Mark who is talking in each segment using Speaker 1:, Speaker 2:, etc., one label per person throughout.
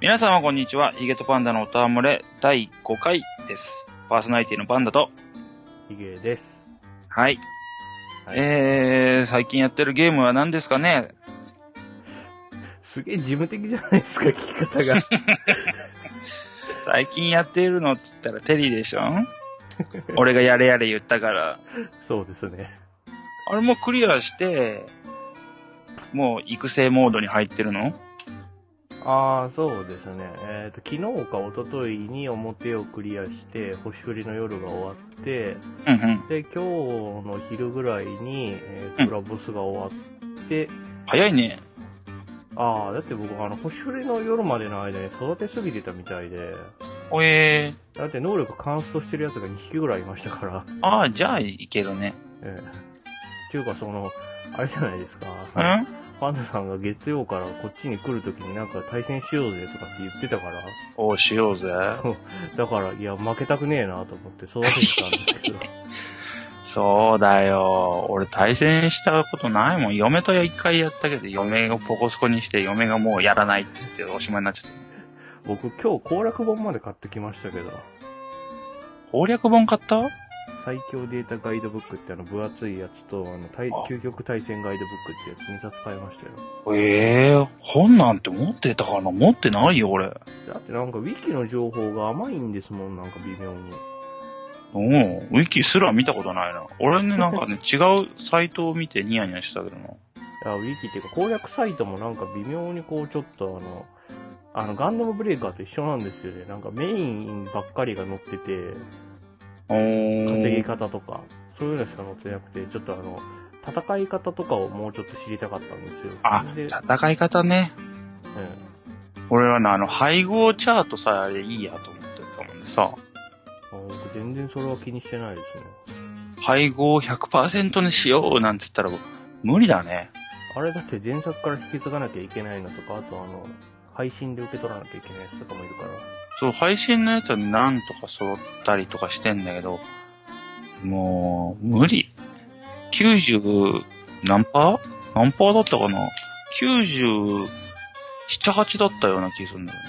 Speaker 1: 皆様こんにちは。ヒゲとパンダのおたわむれ第5回です。パーソナリティのパンダと。
Speaker 2: ヒゲです。
Speaker 1: はい。
Speaker 2: はい
Speaker 1: えー、最近やってるゲームは何ですかね
Speaker 2: すげえ事務的じゃないですか、聞き方 が。
Speaker 1: 最近やっているのっつったらテリーでし ょ俺がやれやれ言ったから。
Speaker 2: そうですね。
Speaker 1: あれもクリアして、もう育成モードに入ってるの
Speaker 2: ああ、そうですね。えっ、と、昨日か一昨日に表をクリアして、星降りの夜が終わって、
Speaker 1: うんうん。
Speaker 2: で、今日の昼ぐらいに、え
Speaker 1: う
Speaker 2: ー
Speaker 1: ん
Speaker 2: と、ラボスが終わって、
Speaker 1: 早いね。
Speaker 2: ああ、だって僕、あの、星降りの夜までの間に育てすぎてたみたいで、
Speaker 1: おえ
Speaker 2: だって能力カンストしてるやつが2匹ぐらいいましたから、
Speaker 1: ー。ああ、じゃあいけるね。
Speaker 2: ええっていうか、その、あれじゃないですか。
Speaker 1: うん
Speaker 2: パンダさんが月曜からこっちに来るときになんか対戦しようぜとかって言ってたから、
Speaker 1: おうしようぜ。
Speaker 2: だから、いや、負けたくねえなと思って育ててたんですけど、
Speaker 1: そうだよ。俺対戦したことないもん。嫁と一回やったけど、嫁をポコスコにして、嫁がもうやらないって言っておしまいになっちゃった。
Speaker 2: 僕今日攻略本まで買ってきましたけど、
Speaker 1: 攻略本買った
Speaker 2: 最強データガイドブックってあの分厚いやつと、あの、対
Speaker 1: あ
Speaker 2: 究極対戦ガイドブックってやつ2冊買いましたよ。
Speaker 1: ええ本なんて持ってたかな持ってないよ、俺。
Speaker 2: だってなんかウィキの情報が甘いんですもん、なんか微妙に。
Speaker 1: うん。ウィキすら見たことないな。俺ね、なんか ね、違うサイトを見てニヤニヤしてたけどな。
Speaker 2: あウィキっていうか攻略サイトもなんか微妙にこうちょっとあの、あのガンダムブレーカーと一緒なんですよね。なんかメインばっかりが載ってて、
Speaker 1: おー
Speaker 2: 稼ぎ方とか、そういうのしか載ってなくて、ちょっとあの、戦い方とかをもうちょっと知りたかったんですよ。
Speaker 1: あ
Speaker 2: で、うん、
Speaker 1: 戦い方ね。俺はな、あの、配合チャートさえあれいいやと思ってたもんでさ。
Speaker 2: あ僕全然それは気にしてないですね。
Speaker 1: 配合を100%にしようなんて言ったら、無理だね。
Speaker 2: あれだって前作から引き継がなきゃいけないのとか、あとあの、配信で受け取らなきゃいけないやつとかもいるから。
Speaker 1: そう、配信のやつはなんとか揃ったりとかしてんだけど、もう、無理。90何パー何パーだったかな ?97、8だったような気がするんだよね。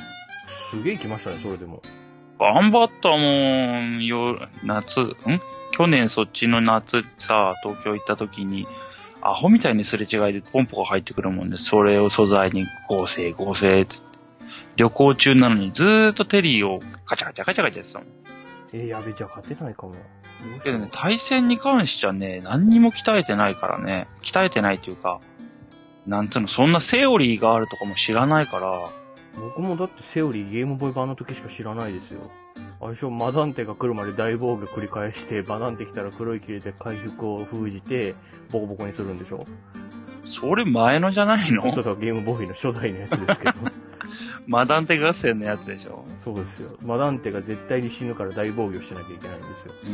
Speaker 2: すげえ来ましたね、それでも。
Speaker 1: 頑張ったもん、よ、夏、ん去年そっちの夏さ、東京行った時に、アホみたいにすれ違いでポンポが入ってくるもんで、それを素材に合成、合成っつって。旅行中なのにずーっとテリーをカチャカチャカチャカチャやってたもん。
Speaker 2: えー、やべ、じゃあ勝てないかも。
Speaker 1: けどね、対戦に関してはね、何にも鍛えてないからね、鍛えてないというか、なんつうの、そんなセオリーがあるとかも知らないから、
Speaker 2: 僕もだってセオリーゲームボーイ版の時しか知らないですよ。相性マダンテが来るまで大防御繰り返して、バダンテ来たら黒い切れで回復を封じて、ボコボコにするんでしょ
Speaker 1: それ前のじゃないの
Speaker 2: そうそう、ゲームボーイの初代のやつですけど。
Speaker 1: マダンテ合戦のやつでしょ
Speaker 2: そうですよ。マダンテが絶対に死ぬから大防御しなきゃいけないんですよ。
Speaker 1: う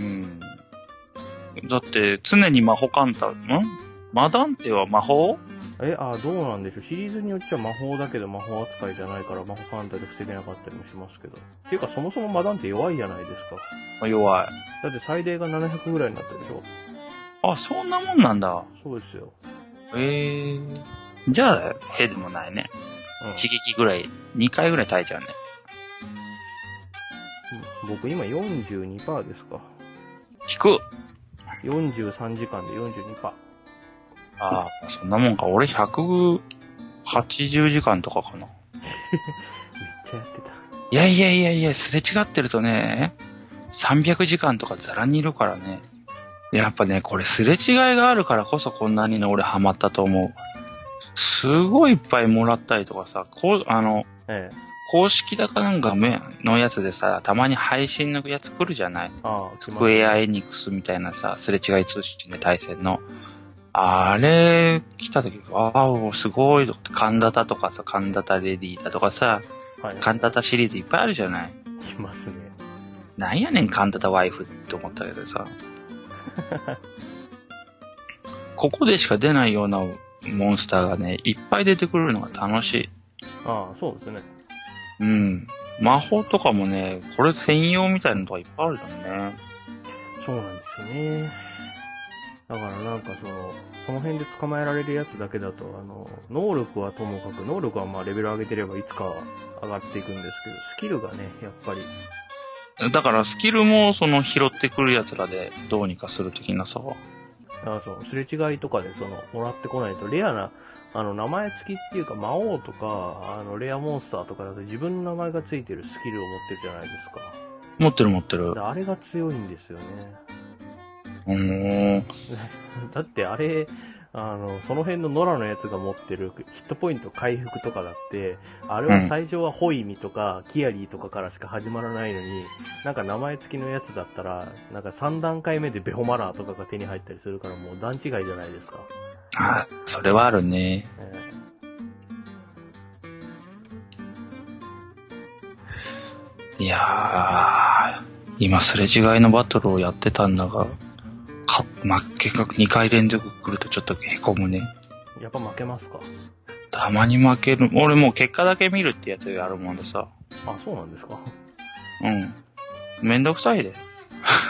Speaker 1: ん。だって、常に魔法カンタ、んマダンテは魔法
Speaker 2: え、あー、どうなんでしょう。シリーズによっちゃ魔法だけど魔法扱いじゃないから魔法カウンターで防げなかったりもしますけど。ていうか、そもそもマダンテ弱いじゃないですか。
Speaker 1: 弱い。
Speaker 2: だって最大が700ぐらいになったでしょ。
Speaker 1: あ、そんなもんなんだ。
Speaker 2: そうですよ。
Speaker 1: へえ。じゃあ、へでもないね。
Speaker 2: うん
Speaker 1: 一撃ぐらい、二回ぐらい耐えちゃうね。
Speaker 2: 僕今42%ですか。
Speaker 1: 引く。
Speaker 2: 43時間で42%。
Speaker 1: ああ、そんなもんか。俺180時間とかかな。
Speaker 2: めっちゃやってた。
Speaker 1: いやいやいやいや、すれ違ってるとね、300時間とかザラにいるからね。やっぱね、これすれ違いがあるからこそこんなにね、俺ハマったと思う。すごいいっぱいもらったりとかさ、こう、あの、
Speaker 2: ええ。
Speaker 1: 公式だかなんかめのやつでさ、たまに配信のやつ来るじゃない
Speaker 2: ああ、
Speaker 1: ス
Speaker 2: 来ま
Speaker 1: ク
Speaker 2: し
Speaker 1: エアエニックスみたいなさ、すれ違い通信で対戦の。あれ、来た時、ああ、すごいとかって、カンダタとかさ、カンダタレディーだとかさ、
Speaker 2: た。はい。
Speaker 1: カンダタシリーズいっぱいあるじゃない
Speaker 2: 来ますね。
Speaker 1: なんやねん、カンタタワイフって思ったけどさ。ここでしか出ないようなモンスターがね、いっぱい出てくるのが楽し
Speaker 2: ああ、そうですね。
Speaker 1: い。うん。魔法とかもね、これ専用みたいなのとかいっぱいあるじゃんね。
Speaker 2: そうなんですよね。だからなんかその、その辺で捕まえられるやつだけだと、あの、能力はともかく、能力はまあレベル上げてればいつかは上がっていくんですけど、スキルがね、やっぱり、
Speaker 1: だからスキルもその拾ってくる奴らでどうにかする的なさ。
Speaker 2: あそう、すれ違いとかでその、もらってこないと、レアな、あの、名前付きっていうか、魔王とか、あの、レアモンスターとかだと自分の名前が付いてるスキルを持ってるじゃないですか。
Speaker 1: 持ってる持ってる。
Speaker 2: であれが強いんですよね。
Speaker 1: うーん。
Speaker 2: だってあれ、あの、その辺の野良のやつが持ってるヒットポイント回復とかだって、あれは最初はホイミとかキアリーとかからしか始まらないのに、なんか名前付きのやつだったら、なんか3段階目でベホマラーとかが手に入ったりするからもう段違いじゃないですか。
Speaker 1: あ、それはあるね。
Speaker 2: え
Speaker 1: いやー、今すれ違いのバトルをやってたんだが、か、ま、結果2回連続来るとちょっと凹むね。
Speaker 2: えやっぱ負けますか
Speaker 1: たまに負ける。俺もう結果だけ見るってやつやるもんでさ。
Speaker 2: あ、そうなんですか
Speaker 1: うん。めんどくさいで。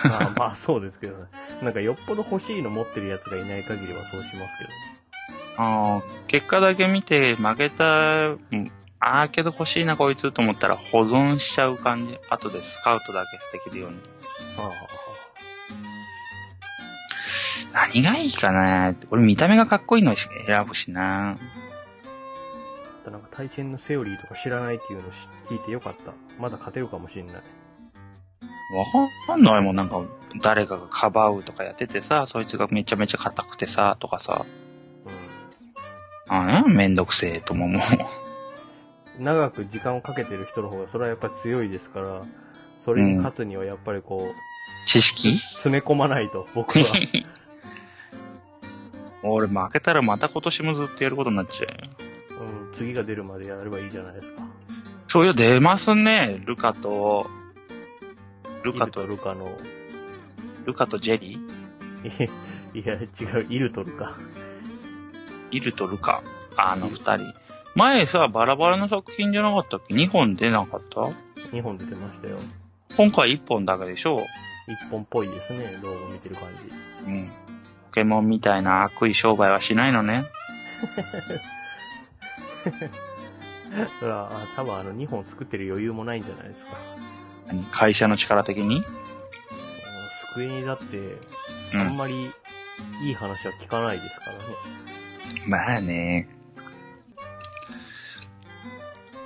Speaker 2: あまあそうですけどね。なんかよっぽど欲しいの持ってるやつがいない限りはそうしますけど。
Speaker 1: あー結果だけ見て負けた、うんああ、けど欲しいなこいつと思ったら保存しちゃう感じ。後でスカウトだけできるように。
Speaker 2: ああ、
Speaker 1: 何がいいかな俺見た目がかっこいいのし選ぶしな
Speaker 2: あとなんか対戦のセオリーとか知らないっていうのを聞いてよかった。まだ勝てるかもしんない。
Speaker 1: わかんないもん、なんか、誰かがかばうとかやっててさ、そいつがめちゃめちゃ硬くてさ、とかさ、
Speaker 2: う
Speaker 1: あんめんどくせえとも思う。
Speaker 2: ん、長く時間をかけてる人の方がそれはやっぱり強いですから、それに勝つにはやっぱりこう、
Speaker 1: 知識
Speaker 2: 詰め込まないと、僕は。
Speaker 1: 俺負けたらまた今年もずっとやることになっちゃうよ。
Speaker 2: うん、次が出るまでやればいいじゃないですか。
Speaker 1: そうよ、出ますね、ルカと、ルカ
Speaker 2: イル
Speaker 1: と、
Speaker 2: ルカの、
Speaker 1: ルカとジェリー
Speaker 2: いや、違う、イルとルカ。
Speaker 1: イルとルカ。あの二人。前さ、バラバラの作品じゃなかったっけ ?2 本出なかった
Speaker 2: 2本出てましたよ。
Speaker 1: 今回1本だけでしょ
Speaker 2: 1本っぽいですね、動画見てる感
Speaker 1: う
Speaker 2: じ。
Speaker 1: ん。ポケモンみたいな悪意商売はしないのね。
Speaker 2: だから、あ多分あの2本作ってる余裕もないんじゃないですか。
Speaker 1: 何会社の力的に
Speaker 2: あのスクエニだって、
Speaker 1: う
Speaker 2: あん
Speaker 1: ん。
Speaker 2: まりいい話は聞かないですからね。
Speaker 1: まあね。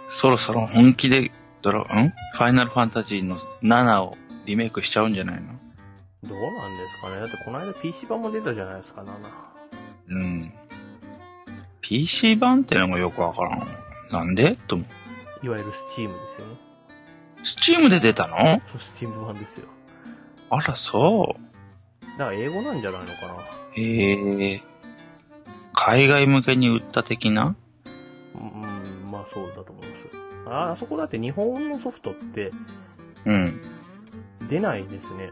Speaker 1: そろそろ本気で、ドラ、んファイナルファンタジーの7をリメイクしちゃうんじゃないの
Speaker 2: どうなんですかねだってこの間 PC 版も出たじゃないですか、な
Speaker 1: うん。PC 版ってのがよくわからん。なんでと思う。
Speaker 2: いわゆる Steam ですよね。
Speaker 1: Steam で出たの
Speaker 2: そう、Steam 版ですよ。
Speaker 1: あら、そ
Speaker 2: だから英語なんじゃないのかな
Speaker 1: う。へえ。海外向けに売った的な
Speaker 2: うん、うんまあそうだと思います。あ、あそこだって日本のソフトって
Speaker 1: うん。
Speaker 2: 出ないですね。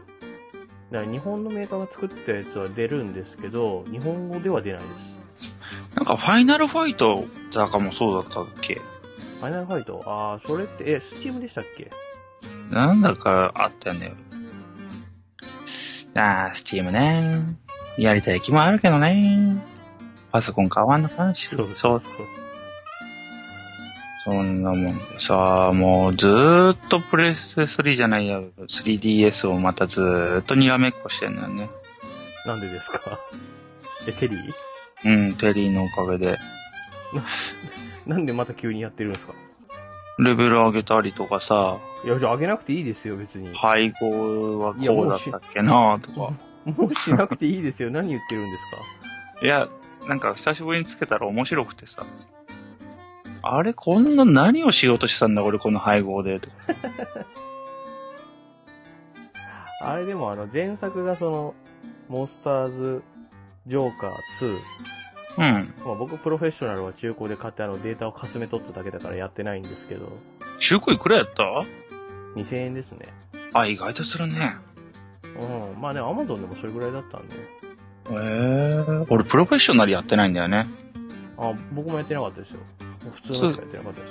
Speaker 2: だから日本のメーカーが作ったやつは出るんですけど、日本語では出ないです。
Speaker 1: なんか、ファイナルファイトだかもそうだったっけ
Speaker 2: ファイナルファイト、ああ、それって、え、スチームでしたっけ
Speaker 1: なんだかあったんだよ。ああ、スチームね。やりたい気もあるけどね。パソコン買わんのかなしそう。そんなもん。さあ、もうずーっとプレステ3じゃないや、3DS をまたずーっとにらめっこしてんだよね。
Speaker 2: なんでですかえ、テリー
Speaker 1: うん、テリーのおかげで。
Speaker 2: なんでまた急にやってるんですか
Speaker 1: レベル上げたりとかさ、
Speaker 2: いや、じゃあ上げなくていいですよ、別に。
Speaker 1: 配合はこうだったっけなとか。
Speaker 2: もうしなくていいですよ。何言ってるんです
Speaker 1: い
Speaker 2: か
Speaker 1: や、なんか久しぶりにつけたら面白くてさ。あれ、こんな何をしようとしてたんだ、俺この配合で。とか
Speaker 2: あれでもあの前作がその、モンスターズ・ジョーカー2。
Speaker 1: うん。
Speaker 2: まあ僕プロフェッショナルは中古で買ってあのデータをかすめ取っただけだからやってないんですけど、
Speaker 1: 中古いくらやった
Speaker 2: 2000円ですね。
Speaker 1: あ、意外とするね。
Speaker 2: うん。まあね、アマゾンでもそれぐらいだったんで。
Speaker 1: へえ俺プロフェッショナルやってないんだよね。
Speaker 2: あ、僕もやってなかったですよ。普通のしかやってなかったで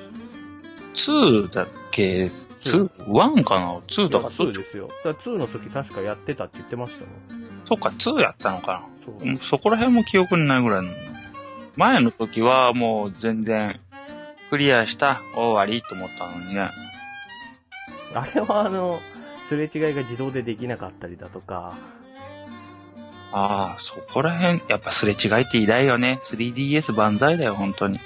Speaker 1: 2だっけ
Speaker 2: す。2?
Speaker 1: 2 ?1 かな ?2
Speaker 2: だ
Speaker 1: だ
Speaker 2: か
Speaker 1: からら
Speaker 2: 2ですよ。だから2の時確かやってたって言ってましたもん。
Speaker 1: そっか、2やったのか
Speaker 2: そう
Speaker 1: な。うんそこら辺も記憶にないぐらいなの。前の時はもう全然、クリアした、終わりと思ったのにね。
Speaker 2: あれはあの、すれ違いが自動でできなかったりだとか、
Speaker 1: ああ、そこら辺、やっぱすれ違いって偉大よね。3DS 万歳だよ、本当に。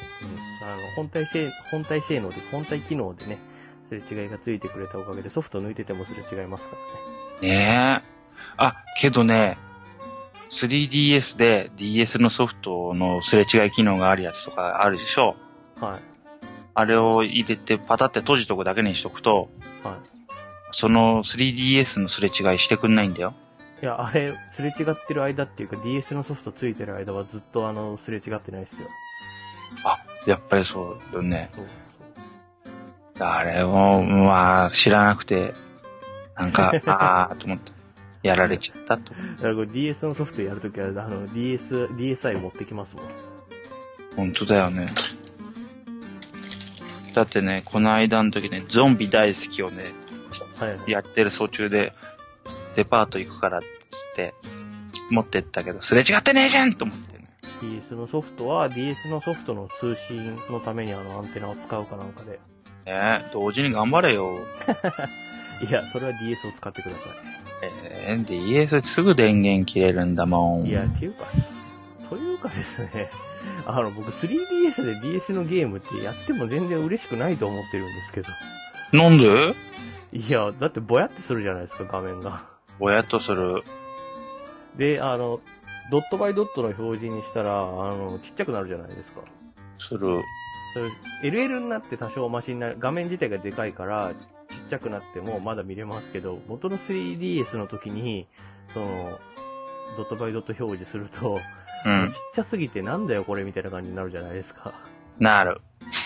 Speaker 2: うん、あの本体性、本体性能で、本体機能でね、すれ違いがついてくれたおかげでソフト抜いててもすれ違いますからね。
Speaker 1: ねえ。あ、けどね、3DS で DS のソフトのすれ違い機能があるやつとかあるでしょ
Speaker 2: はい。
Speaker 1: あれを入れてパタって閉じとくだけにしとくと、
Speaker 2: は
Speaker 1: その 3DS のすれ違いしてくんないんだよ。
Speaker 2: い。いや、あれ、すれ違ってる間っていうか DS のソフトついてる間はずっとあの、すれ違ってないっすよ。
Speaker 1: あ、やっぱりそうだよね。
Speaker 2: そう。
Speaker 1: あれを、まあ、知らなくて、なん か、ああ、と思って、やられちゃったと。
Speaker 2: だからこれ DS のソフトやるときは、あの、DS、DSi 持ってきますもん。
Speaker 1: 本当だよね。だってね、この間の時ね、ゾンビ大好きをね、
Speaker 2: はいはい。
Speaker 1: やってる途中で、デパート行くからっつって、持ってったけど、すれ違ってねえじゃんと思ってね。
Speaker 2: DS のソフトは、DS のソフトの通信のためにあの、アンテナを使うかなんかで。
Speaker 1: ねえ同時に頑張れよ。
Speaker 2: いや、それは DS を使ってくださ
Speaker 1: えー、DS すぐ電源切れるんだもん。
Speaker 2: い。いや、っていうか、というかですね、 あの、僕 3DS で DS のゲームってやっても全然嬉しくないと思ってるんですけど。
Speaker 1: なんで
Speaker 2: いや、だってぼやってするじゃないですか、画面が。
Speaker 1: 親とする。
Speaker 2: で、あの、ドットバイドットの表示にしたら、あの、ちっちゃくなるじゃないですか。
Speaker 1: する。
Speaker 2: それ LL になって多少マシになる、画面自体がでかいから、ちっちゃくなってもまだ見れますけど、元の 3DS の時に、その、ドットバイドット表示すると、
Speaker 1: う
Speaker 2: ちっ
Speaker 1: ん。
Speaker 2: ちゃすぎてなんだよこれみたいな感じになるじゃないですか。
Speaker 1: なる。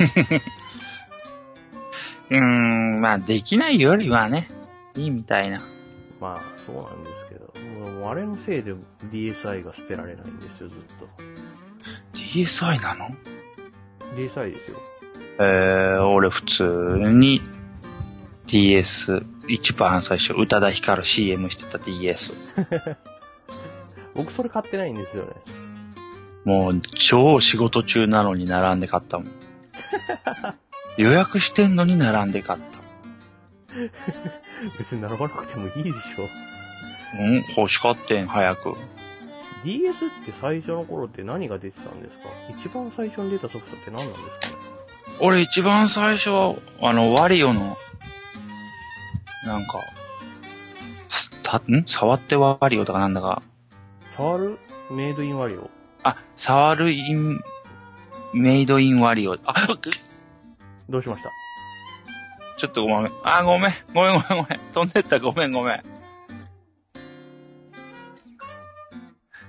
Speaker 1: うーん、まあ、できないよりはね、いいみたいな。
Speaker 2: まあ、そうなんですけど、もうもうあれのせいで DSi が捨てられないんですよ、ずっと。
Speaker 1: DSi なの
Speaker 2: DSi ですよ。
Speaker 1: えー、俺普通に DS、一番最初、宇多田ヒカル CM してた DS。
Speaker 2: 僕それ買ってないんですよね。
Speaker 1: もう超仕事中なのに並んで買った もん。予約してんのに並んで買った。
Speaker 2: 別に並ばなくてもいいでしょ。
Speaker 1: うん欲しかってん、早く。
Speaker 2: DS って最初の頃って何が出てたんですか一番最初に出たソフトって何なんですかね
Speaker 1: 俺一番最初は、あの、ワリオの、なんか、すた、ん触ってワリオとかなんだか、
Speaker 2: 触るメイドインワリオ。
Speaker 1: あ、触るイン、メイドインワリオ。あ、
Speaker 2: どうしました
Speaker 1: ちょっとごめん。あ、ごめん。ごめんごめんごめん。飛んでった。ごめんごめん。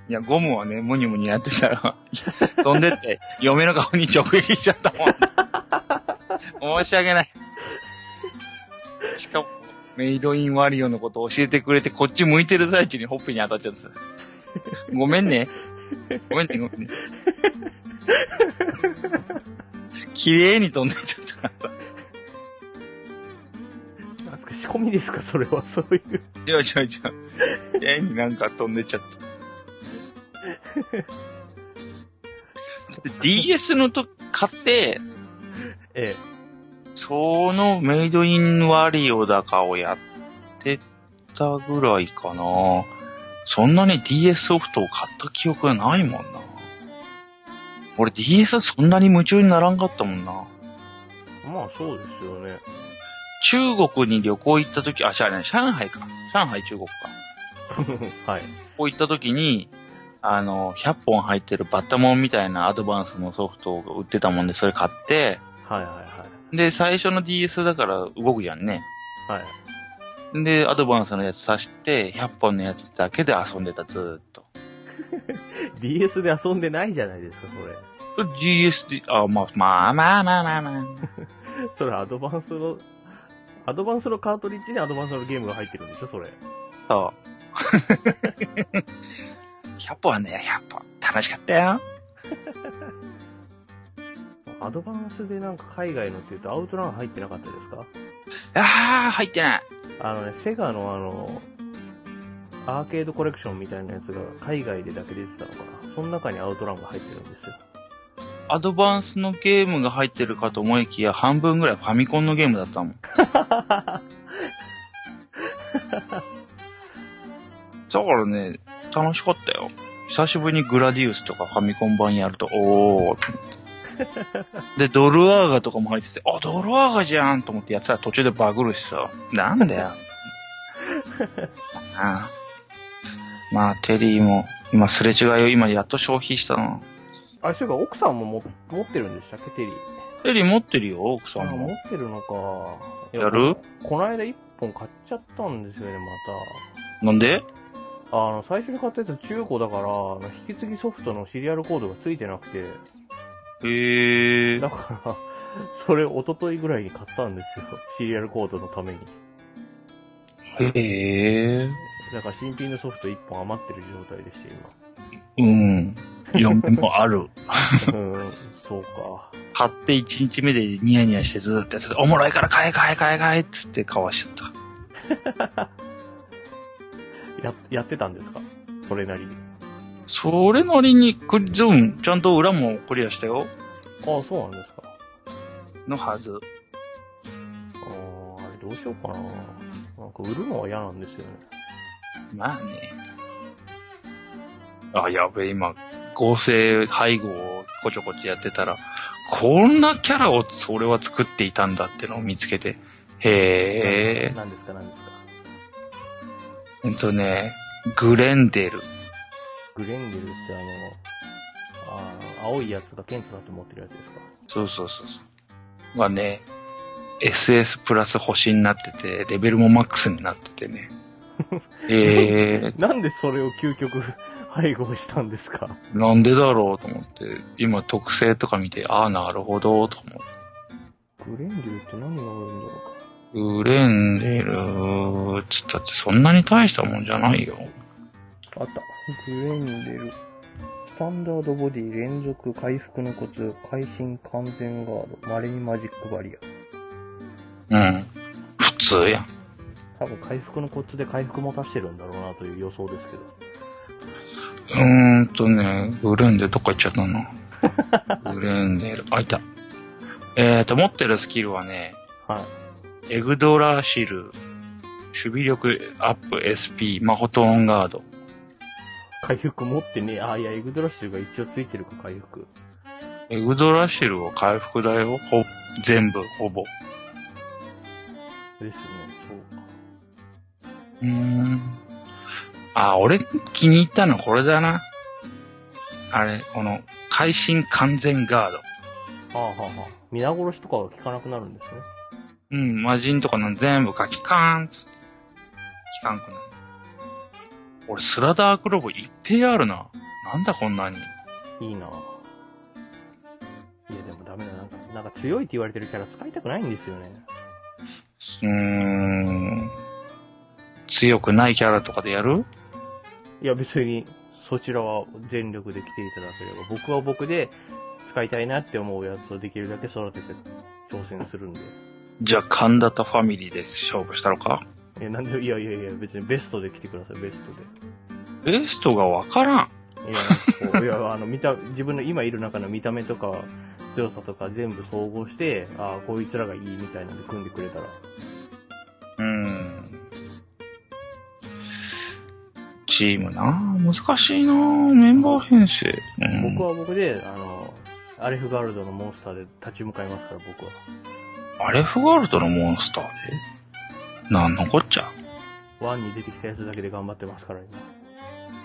Speaker 1: いや、ゴムはね、ムニムニやってたら、 飛んでって、嫁の顔に直撃しちゃったもん。申し訳ない。しかも、メイドインワリオのことを教えてくれて、こっち向いてる最中にほっぺに当たっちゃった。ごめんね。ごめんね、ごめんね。綺麗に飛んでっちゃった。
Speaker 2: なんですか仕込みですかそれは、そういう。
Speaker 1: いや、違う違う。家になんか飛んでっちゃった。だって DS のと買って、
Speaker 2: ええ。
Speaker 1: そのメイドインワリオだかをやってたぐらいかな。そんなに DS ソフトを買った記憶がないもんな。俺 DS そんなに夢中にならんかったもんな。
Speaker 2: まあ、そうですよね。
Speaker 1: 中国に旅行行った時、あ、違うね、上海か。上海中国か。
Speaker 2: はい。
Speaker 1: こういった時に、あの、100本入ってるバッタモンみたいなアドバンスのソフトが売ってたもんで、それ買って、
Speaker 2: はいはい
Speaker 1: で、最初の DS だから動くじゃんね。
Speaker 2: はい。はい。
Speaker 1: で、アドバンスのやつ挿して、100本のやつだけで遊んでた、ずーっと。
Speaker 2: DS で遊んでないじゃないですか、そ
Speaker 1: DS で、あ、まあ、まあまあまあまあまあ。
Speaker 2: れ。それアドバンスの、アドバンスのカートリッジにアドバンスのゲームが入ってるんでしょ、それ。
Speaker 1: そう。100本はね、100本。楽しかったよ。
Speaker 2: アドバンスでなんか海外のって言うとアウトラン入ってなかったですか
Speaker 1: あー、入ってない。
Speaker 2: あのね、セガのあの、アーケードコレクションみたいなやつが海外でだけ出てたのかな。その中にアウトランが入ってるんですよ。
Speaker 1: アドバンスのゲームが入ってるかと思いきや、半分ぐらいファミコンのゲームだったもん。だからね、楽しかったよ。久しぶりにグラディウスとかファミコン版やると、おーって思って。で、ドルアーガとかも入ってて、あ、ドルアーガじゃんと思ってやってたら途中でバグるしさ。なんだよ。ああまあ、テリーも、今すれ違いを今やっと消費したな。
Speaker 2: あ、そういえば奥さんもも持ってるんでしたっけ、テリー。
Speaker 1: テリー持ってるよ、奥さ
Speaker 2: あ、
Speaker 1: ん
Speaker 2: 持
Speaker 1: も。
Speaker 2: ってるのか。い
Speaker 1: やる
Speaker 2: この間一本買っちゃったんですよね、ま
Speaker 1: なんで
Speaker 2: た。あの、最初に買ったやつ中古だから、あの引き継ぎソフトのシリアルコードがついてなくて、
Speaker 1: へえ
Speaker 2: だ。から、それ一昨日ぐらいに買ったんですよ。シリアルコードのために。
Speaker 1: へえ。
Speaker 2: だから新品のソフト一本余ってる状態でして、
Speaker 1: うん。嫁もある。
Speaker 2: 今。うーん、そうか。
Speaker 1: 買って1日目でニヤニヤしてずーっとやってた。おもろいから買え買え買え買えっつって買わしちゃった。
Speaker 2: や、やってたんですかそれなりに。
Speaker 1: それなりにクリ、ゾーン、ちゃんと裏もクリアしたよ。
Speaker 2: ああ、そうなんですか。
Speaker 1: のはず。
Speaker 2: ああ、あれどうしようかな。なんか売るのは嫌なんですよね。
Speaker 1: まあね。あ、やべえ、今、合成配合をこちょこちょやってたら、こんなキャラをそれは作っていたんだってのを見つけて、へえ。
Speaker 2: なんですか、なんですか。
Speaker 1: ほんとね、グレンデル。
Speaker 2: グレンゲルってあの、あー青いやつが剣となって持ってるやつですか。
Speaker 1: そうそうそうそう。がね、SS プラス星になってて、レベルもマックスになっててね。え
Speaker 2: なんでそれを究極 配合したんですか
Speaker 1: ー、なんでだろうと思って、今特性とか見て、ああ、なるほど、と思
Speaker 2: グレンゲルって何が多いんだろ
Speaker 1: う。グレンデルーっつったってそんなに大したもんじゃないよ。
Speaker 2: うか。あった。グレンゲル。スタンダードボディ連続回復のコツ、会心完全ガード、稀にマジックバリア。
Speaker 1: うん。普通やん。
Speaker 2: 多分回復のコツで回復も足してるんだろうなという予想ですけど。
Speaker 1: うーんとね、グレンデルどっか行っちゃったな。 グレンデル、あ、いた。えーと、持ってるスキルはね、
Speaker 2: はい。
Speaker 1: エグドラシル、守備力アップ SP、マホトーンガード。
Speaker 2: 回復持ってね、あ、いや、エグドラッシュが一応ついてるか、回復。
Speaker 1: エグドラシルは回復だよ。ほ、全部、ほぼ。
Speaker 2: ですね、そうか。
Speaker 1: うーん。あ、俺気に入ったのこれだな。あれ、この、会心完全ガード。
Speaker 2: はあはあはあ。皆殺しとかは効かなくなるんですね。
Speaker 1: うん、魔人とかの全部ガキカーンつって。効かんくなる。俺、スラダークロボいっぺんあるな。なんだこんなに。
Speaker 2: いいなぁ。いや、でもダメだ。なんか、なんか強いって言われてるキャラ使いたくないんですよね。
Speaker 1: うーん。強くないキャラとかでやる
Speaker 2: いや、別に、そちらは全力で来ていただければ、僕は僕で使いたいなって思うやつをできるだけ育てて挑戦するんで。
Speaker 1: じゃあ、神田とファミリーで勝負したのか
Speaker 2: いや、なんで、いやいやいや、別にベストで来てください、ベストで。
Speaker 1: ベストがわからん。
Speaker 2: いや、こういや、あの、見た、自分の今いる中の見た目とか、強さとか全部総合して、ああ、こいつらがいいみたいなんで組んでくれたら。
Speaker 1: うーん。チームな難しいなメンバー編成。うん、
Speaker 2: 僕は僕で、あの、アレフガルドのモンスターで立ち向かいますから、僕は。
Speaker 1: アレフガルトのモンスターでなんのこっちゃ
Speaker 2: ワンに出てきたやつだけで頑張ってますから、今。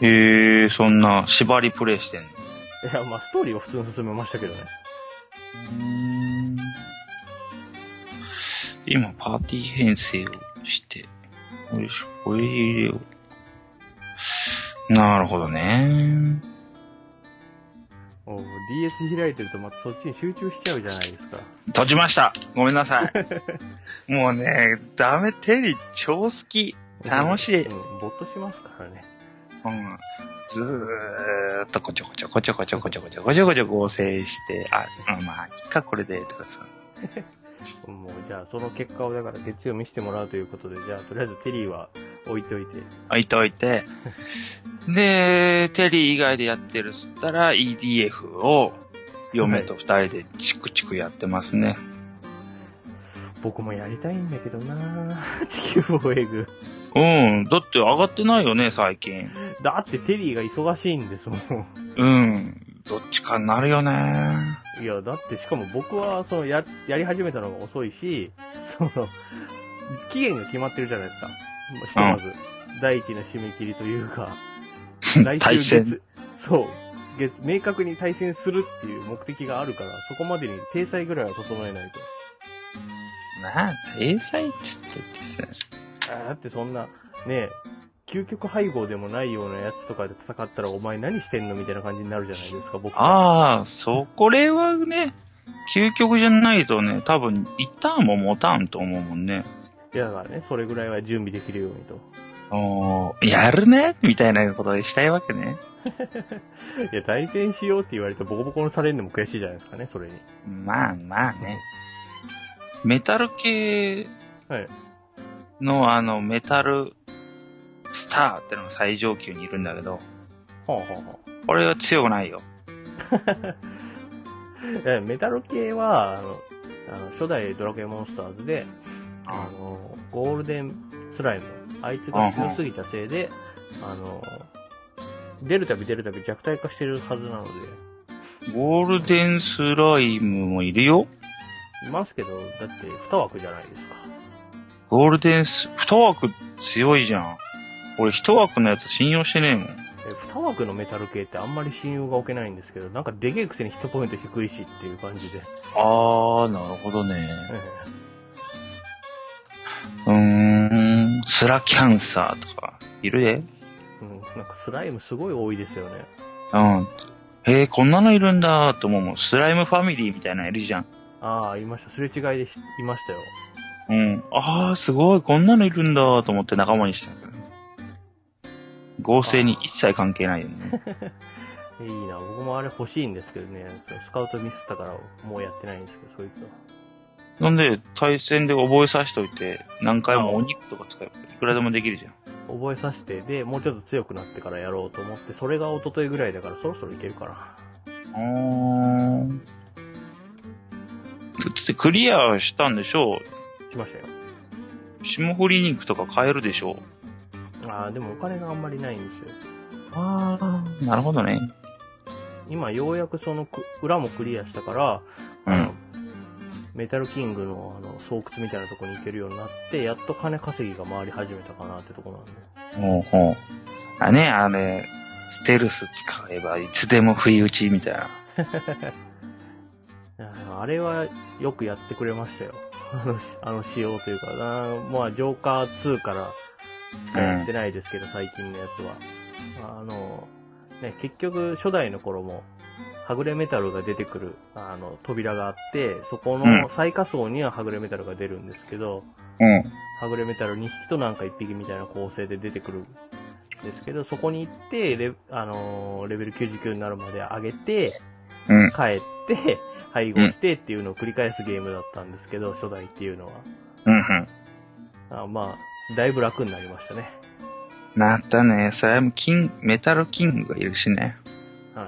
Speaker 1: へえ、そんな、縛りプレイしてんの
Speaker 2: いや、まあ、ストーリーは普通に進めましたけどね。
Speaker 1: 今、パーティー編成をして、よいしょ、これ入れよう。なるほどね。
Speaker 2: おう DS 開いてるとまたそっちに集中しちゃうじゃないですか。
Speaker 1: 閉じましたごめんなさい。もうね、ダメ、テリー超好き。楽しい。う、
Speaker 2: うんん、ぼっとしますからね。
Speaker 1: ずーっとこちょこちょこちょこちょこちょこちょこちょこちょ合成して、あ、うんまあ、いっか、これで、とかさ。
Speaker 2: もう、じゃあ、その結果をだから月曜見せてもらうということで、じゃあ、とりあえずテリーは置いといて。
Speaker 1: 置いといて、で、テリー以外でやってるっつったら EDF を嫁と二人でチクチクやってますね。
Speaker 2: 僕もやりたいんだけどなぁ 地球防衛軍。
Speaker 1: うん。だって上がってないよね、最近。
Speaker 2: だってテリーが忙しいんですもん。
Speaker 1: うん。どっちかになるよね。
Speaker 2: いや、だってしかも僕は、その、や、やり始めたのが遅いし、 その、期限が決まってるじゃないですか。ひとまず、第一の締め切りとい うか、来週
Speaker 1: 対戦。
Speaker 2: 月、そう、月、明確に対戦するっていう目的があるから、そこまでに体裁ぐらいは整えないと。
Speaker 1: なあ、体裁っつってってさ。
Speaker 2: あーだってそんな、ねえ、究極配合でもないようなやつとかで戦ったらお前何してんのみたいな感じになるじゃないですか、僕は。
Speaker 1: ああ、そこれはね、究極じゃないとね、多分、一旦も持たんと思うもんね。
Speaker 2: いやだからね、それぐらいは準備できるようにと。
Speaker 1: おーやるねみたいなことをしたいわけね。
Speaker 2: いや、対戦しようって言われてボコボコにされるのも悔しいじゃないですかね、それに。
Speaker 1: まあまあね。メタル系
Speaker 2: はい
Speaker 1: の、あの、メタルスターってのが最上級にいるんだけど、
Speaker 2: はあはあは
Speaker 1: これは強くないよ。
Speaker 2: あえメタル系は、あの、あの初代ドラクエモンスターズで、あの、ゴールデンスライム、あいつが強すぎたせいで、あの、出るたび出るたび弱体化してるはずなので、
Speaker 1: ゴールデンスライムもいるよ。
Speaker 2: いますけど、だって2枠じゃないですか。
Speaker 1: ゴールデンス、二枠強いじゃん。俺一枠のやつ信用してねえもん。
Speaker 2: え2枠のメタル系ってあんまり信用が置けないんですけど、なんかでけえくせにヒットポイント低いしっていう感じ で。
Speaker 1: あー、なるほどね。
Speaker 2: え
Speaker 1: うーん、スラキャンサーとか、いるで
Speaker 2: えうん、なんかスライムすごい多いですよね。
Speaker 1: うん。へえ、こんなのいるんだーって思うもん。スライムファミリーみたいなのいるじゃん。
Speaker 2: ああ、いました。すれ違いでひいましたよ。
Speaker 1: うん。あー、すごい、こんなのいるんだーと思って仲間にしたけど。合成に一切関係ないよね。
Speaker 2: えいいな、僕もあれ欲しいんですけどね、スカウトミスったからもうやってないんですけど、そいつは。
Speaker 1: なんで、対戦で覚えさせといて、何回もお肉とか使えば、いくらでもできるじゃん。
Speaker 2: 覚えさせて、で、もうちょっと強くなってからやろうと思って、それが一昨日ぐらいだからそろそろいけるかな。
Speaker 1: うーん。つってクリアしたんでしょ
Speaker 2: しましたよ。
Speaker 1: う霜降り肉とか買えるでしょう
Speaker 2: ああ、でもお金があんまりないんですよ。
Speaker 1: ああ、なるほどね。
Speaker 2: 今ようやくそのく裏もクリアしたから、
Speaker 1: う
Speaker 2: あの
Speaker 1: ん。
Speaker 2: メタルキングのあの巣窟みたいなとこに行けるようになって、やっと金稼ぎが回り始めたかなってとこなんで。
Speaker 1: ほうほう。あね、あれ、ステルス使えばいつでも不意打ちみたいな。
Speaker 2: いやあれはよくやってくれましたよ。 あの、あの仕様というか、なまあ、ジョーカー2からしかやってないですけど、最近のやつは。あの、ね、結局、初代の頃も、はぐれメタルが出てくる、あの、扉があって、そこ
Speaker 1: うん
Speaker 2: の最下層にははぐれメタルが出るんですけど、
Speaker 1: うん。
Speaker 2: はぐれメタル2匹となんか1匹みたいな構成で出てくるんですけど、そこに行って、レ,、あのーレベル99になるまで上げて、
Speaker 1: うん。
Speaker 2: 帰って、配合してっていうのを繰り返すゲームだったんですけど、初代っていうのは。
Speaker 1: うん。うん。
Speaker 2: あまあ、だいぶ楽になりましたね。
Speaker 1: なったね。それもキン、メタルキングがいるしね。
Speaker 2: はい。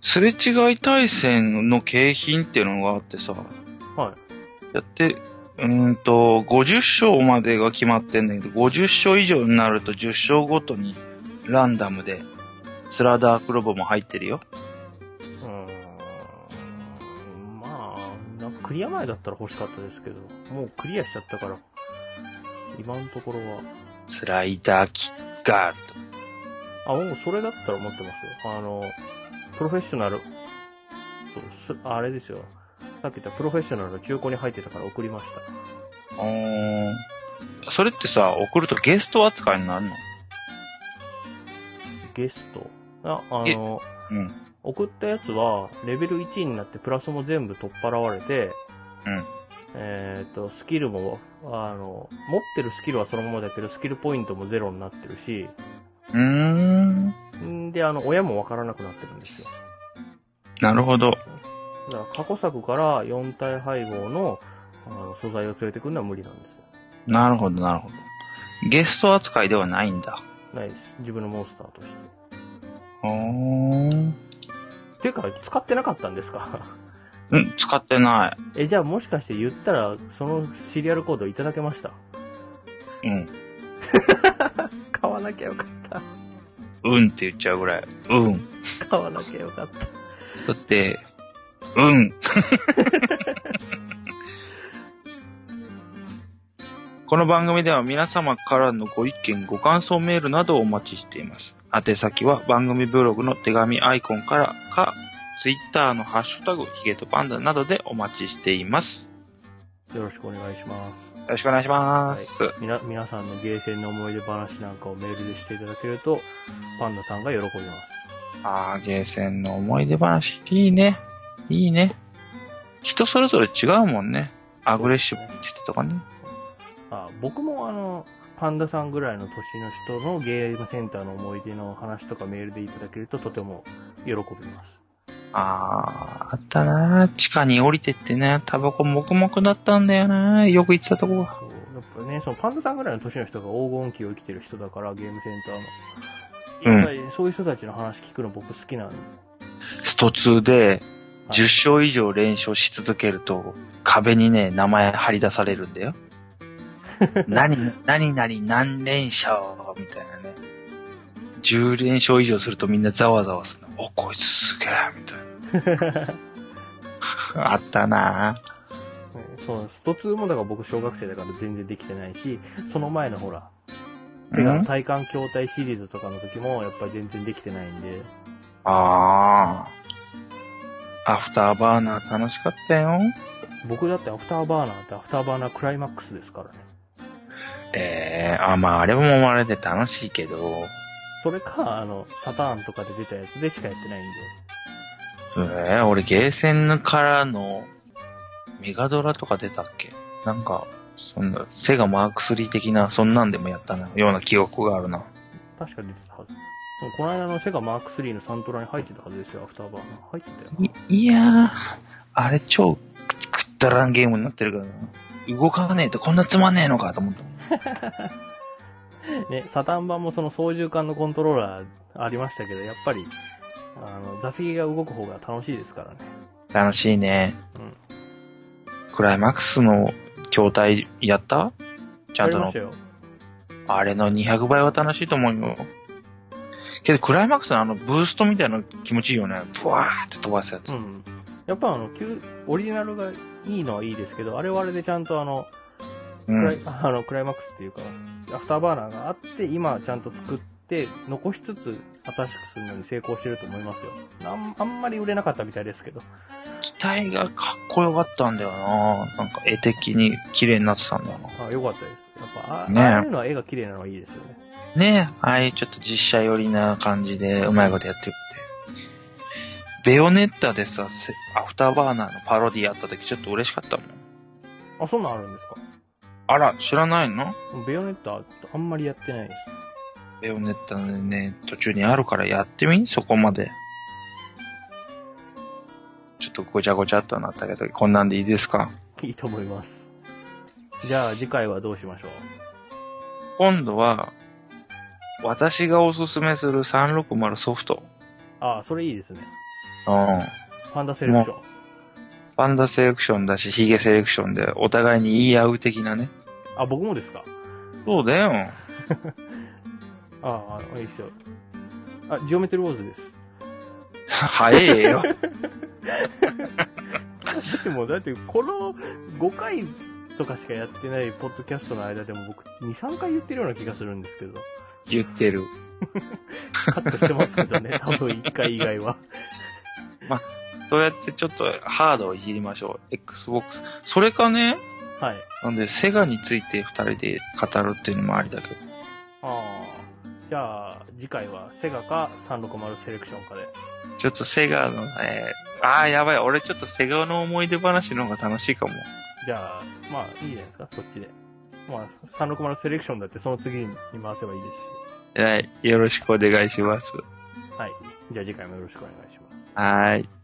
Speaker 1: すれ違い対戦の景品っていうのがあってさ、
Speaker 2: は
Speaker 1: やって、うーんと、50章までが決まってんだけど、50章以上になると10章ごとにランダムで、スラダークロボも入ってるよ。
Speaker 2: い。うーん。まあ、なんかクリア前だったら欲しかったですけど、もうクリアしちゃったから、今のところは。
Speaker 1: スライダーキッカールとか
Speaker 2: あ、もうそれだったら持ってますよ。あの、プロフェッショナル、そうすあれですよ。さっき言ったプロフェッショナルの中古に入ってたから送りました。
Speaker 1: うーんそれってさ、送るとゲスト扱いになるの
Speaker 2: ゲスト。あ、あの、
Speaker 1: うん
Speaker 2: 送ったやつは、レベル1になってプラスも全部取っ払われて、
Speaker 1: うん
Speaker 2: えっ、と、スキルも、あの、持ってるスキルはそのままだけど、スキルポイントもゼロになってるし、
Speaker 1: うーん。
Speaker 2: んで、あの、親もわからなくなってるんですよ。
Speaker 1: なるほど。
Speaker 2: だから過去作から4体配合のあの素材を連れてくるのは無理なんですよ。
Speaker 1: うなるほど、なるほど。ゲスト扱いではないんだ。
Speaker 2: ないです。自分のモンスターとして。
Speaker 1: ほーん。
Speaker 2: ていうか、使ってなかったんですか
Speaker 1: うん、使ってな
Speaker 2: え、じゃあもしかして言ったら、そのシリアルコードいただけました
Speaker 1: い。うん。
Speaker 2: 買わなきゃよかっ
Speaker 1: うんって言っちゃうぐらい。うん。
Speaker 2: た。買わなきゃよかった。
Speaker 1: だって、うん。この番組では皆様からのご意見、ご感想メールなどをお待ちしています。宛先は番組ブログの手紙アイコンからか、ツイッターのハッシュタグ、ヒゲとパンダなどでお待ちしています。
Speaker 2: よろしくお願いします。
Speaker 1: よろしくお願いします。
Speaker 2: みな、皆さんのゲーセンの思い出話なんかをメールでしていただけると、パンダさんが喜びます。
Speaker 1: あー、ゲーセンの思い出話、いいね。いいね。人それぞれ違うもんね。アグレッシブって言ってたかね。
Speaker 2: あ僕もあの、パンダさんぐらいの年の人のゲームセンターの思い出の話とかメールでいただけるととても喜びます。
Speaker 1: あー、あったな地下に降りてってね、タバコ黙々だったんだよなよく行ってたとこが。
Speaker 2: そうやっぱね、そのパンダさんぐらいの年の人が黄金期を生きてる人だから、ゲームセンターの。やっぱりそういう人たちの話聞くの僕好きなんで。
Speaker 1: スト2で
Speaker 2: はい
Speaker 1: 10勝以上連勝し続けると、壁にね、名前張り出されるん だよ。何、何々何連勝みたいなね。10連勝以上するとみんなざわざわするの。お、こいつすげえみたいな。 あったなぁ。
Speaker 2: ねそう、スト2もだから僕小学生だから全然できてないし、その前のほら、ペガの体感筐体シリーズとかの時もやっぱり全然できてないんで、
Speaker 1: ああ。アフターバーナー楽しかったよ。
Speaker 2: 僕だってアフターバーナーってアフターバーナークライマックスですからね。
Speaker 1: ええあ、まああれもあれで楽しいけど、
Speaker 2: それか、あの、サターンとかで出たやつでしかやってないんで。
Speaker 1: えー、俺ゲーセンからのメガドラとか出たっけなんか、そんな、セガマーク3的な、そんなんでもやったなような記憶があるな。
Speaker 2: 確か出てたはず。でもこの間のセガマーク3のサントラに入ってたはずですよ、アフターバーナー。入ってたよな。
Speaker 1: い、いやー、あれ超くくったらんゲームになってるからな。動かねえとこんなつまんねえのかと思った。
Speaker 2: ね、サタン版もその操縦桿のコントローラーありましたけど、やっぱり、あの、座席が動く方が楽しいですからね。
Speaker 1: 楽しいね。
Speaker 2: うん
Speaker 1: クライマックスの筐体やったちゃんと
Speaker 2: やりま
Speaker 1: の
Speaker 2: した。よ。
Speaker 1: あれの200倍は楽しいと思うよ。けど、クライマックスのあの、ブーストみたいなの気持ちいいよね。ブワーって飛ばすやつ。
Speaker 2: うん。やっぱあの、旧オリジナルがいいのはいいですけど、あれはあれでちゃんとあの、
Speaker 1: う
Speaker 2: ク
Speaker 1: ん。
Speaker 2: ライ、 あの、クライマックスっていうか、アフターバーナーがあって、今ちゃんと作って、残しつつ、新しくするのに成功してると思いますよ。なんあんまり売れなかったみたいですけど。
Speaker 1: 機体がかっこよかったんだよななんか絵的に綺麗になってたんだよな。
Speaker 2: あ、よかったです。やっぱ、あ,、
Speaker 1: ねえ
Speaker 2: ああいうのは絵が綺麗なのはいいですよね。
Speaker 1: ねえ、ああいうちょっと実写寄りな感じでうまいことやってるって。ベヨネッタでさ、せアフターバーナーのパロディやった時ちょっと嬉しかったもん。
Speaker 2: あ、そんなんあるんですか
Speaker 1: あら、知らないの
Speaker 2: ベヨネットあんまりやってないです。
Speaker 1: ベヨネッタのね、途中にあるからやってみそこまで。ちょっとごちゃごちゃっとなったけど、こんなんでいいですか
Speaker 2: いいと思います。じゃあ次回はどうしましょう
Speaker 1: 今度は、私がおすすめする360ソフト。
Speaker 2: あ、それいいですね。
Speaker 1: うん。
Speaker 2: パンダセレクション。
Speaker 1: パンダセレクションだし、ヒゲセレクションで、お互いに言い合う的なね。
Speaker 2: あ、僕もですか
Speaker 1: そうだよ。
Speaker 2: ああ、いいですよ。あ、ジオメテルウォーズです。
Speaker 1: 早えよ。
Speaker 2: だってもう、だってこの5回とかしかやってないポッドキャストの間でも僕2、3回言ってるような気がするんですけど、
Speaker 1: 言ってる。
Speaker 2: カットしてますけど ね、多分1回以外は。
Speaker 1: そうやってちょっとハードをいじりましょう。Xbox。それかね、
Speaker 2: はい。
Speaker 1: なんでセガについて二人で語るっていうのもありだけど。
Speaker 2: あーじゃあ、次回はセガか360セレクションかで。
Speaker 1: ちょっとセガの、えー、あーやばい、俺ちょっとセガの思い出話の方が楽しいかも。
Speaker 2: じゃあ、まあいいじゃないですか、そっちで。まあ、360セレクションだってその次に回せばいいです
Speaker 1: はい、よろしくお願いします。
Speaker 2: し。はい。じゃあ次回もよろしくお願いします。
Speaker 1: はーい。
Speaker 3: 「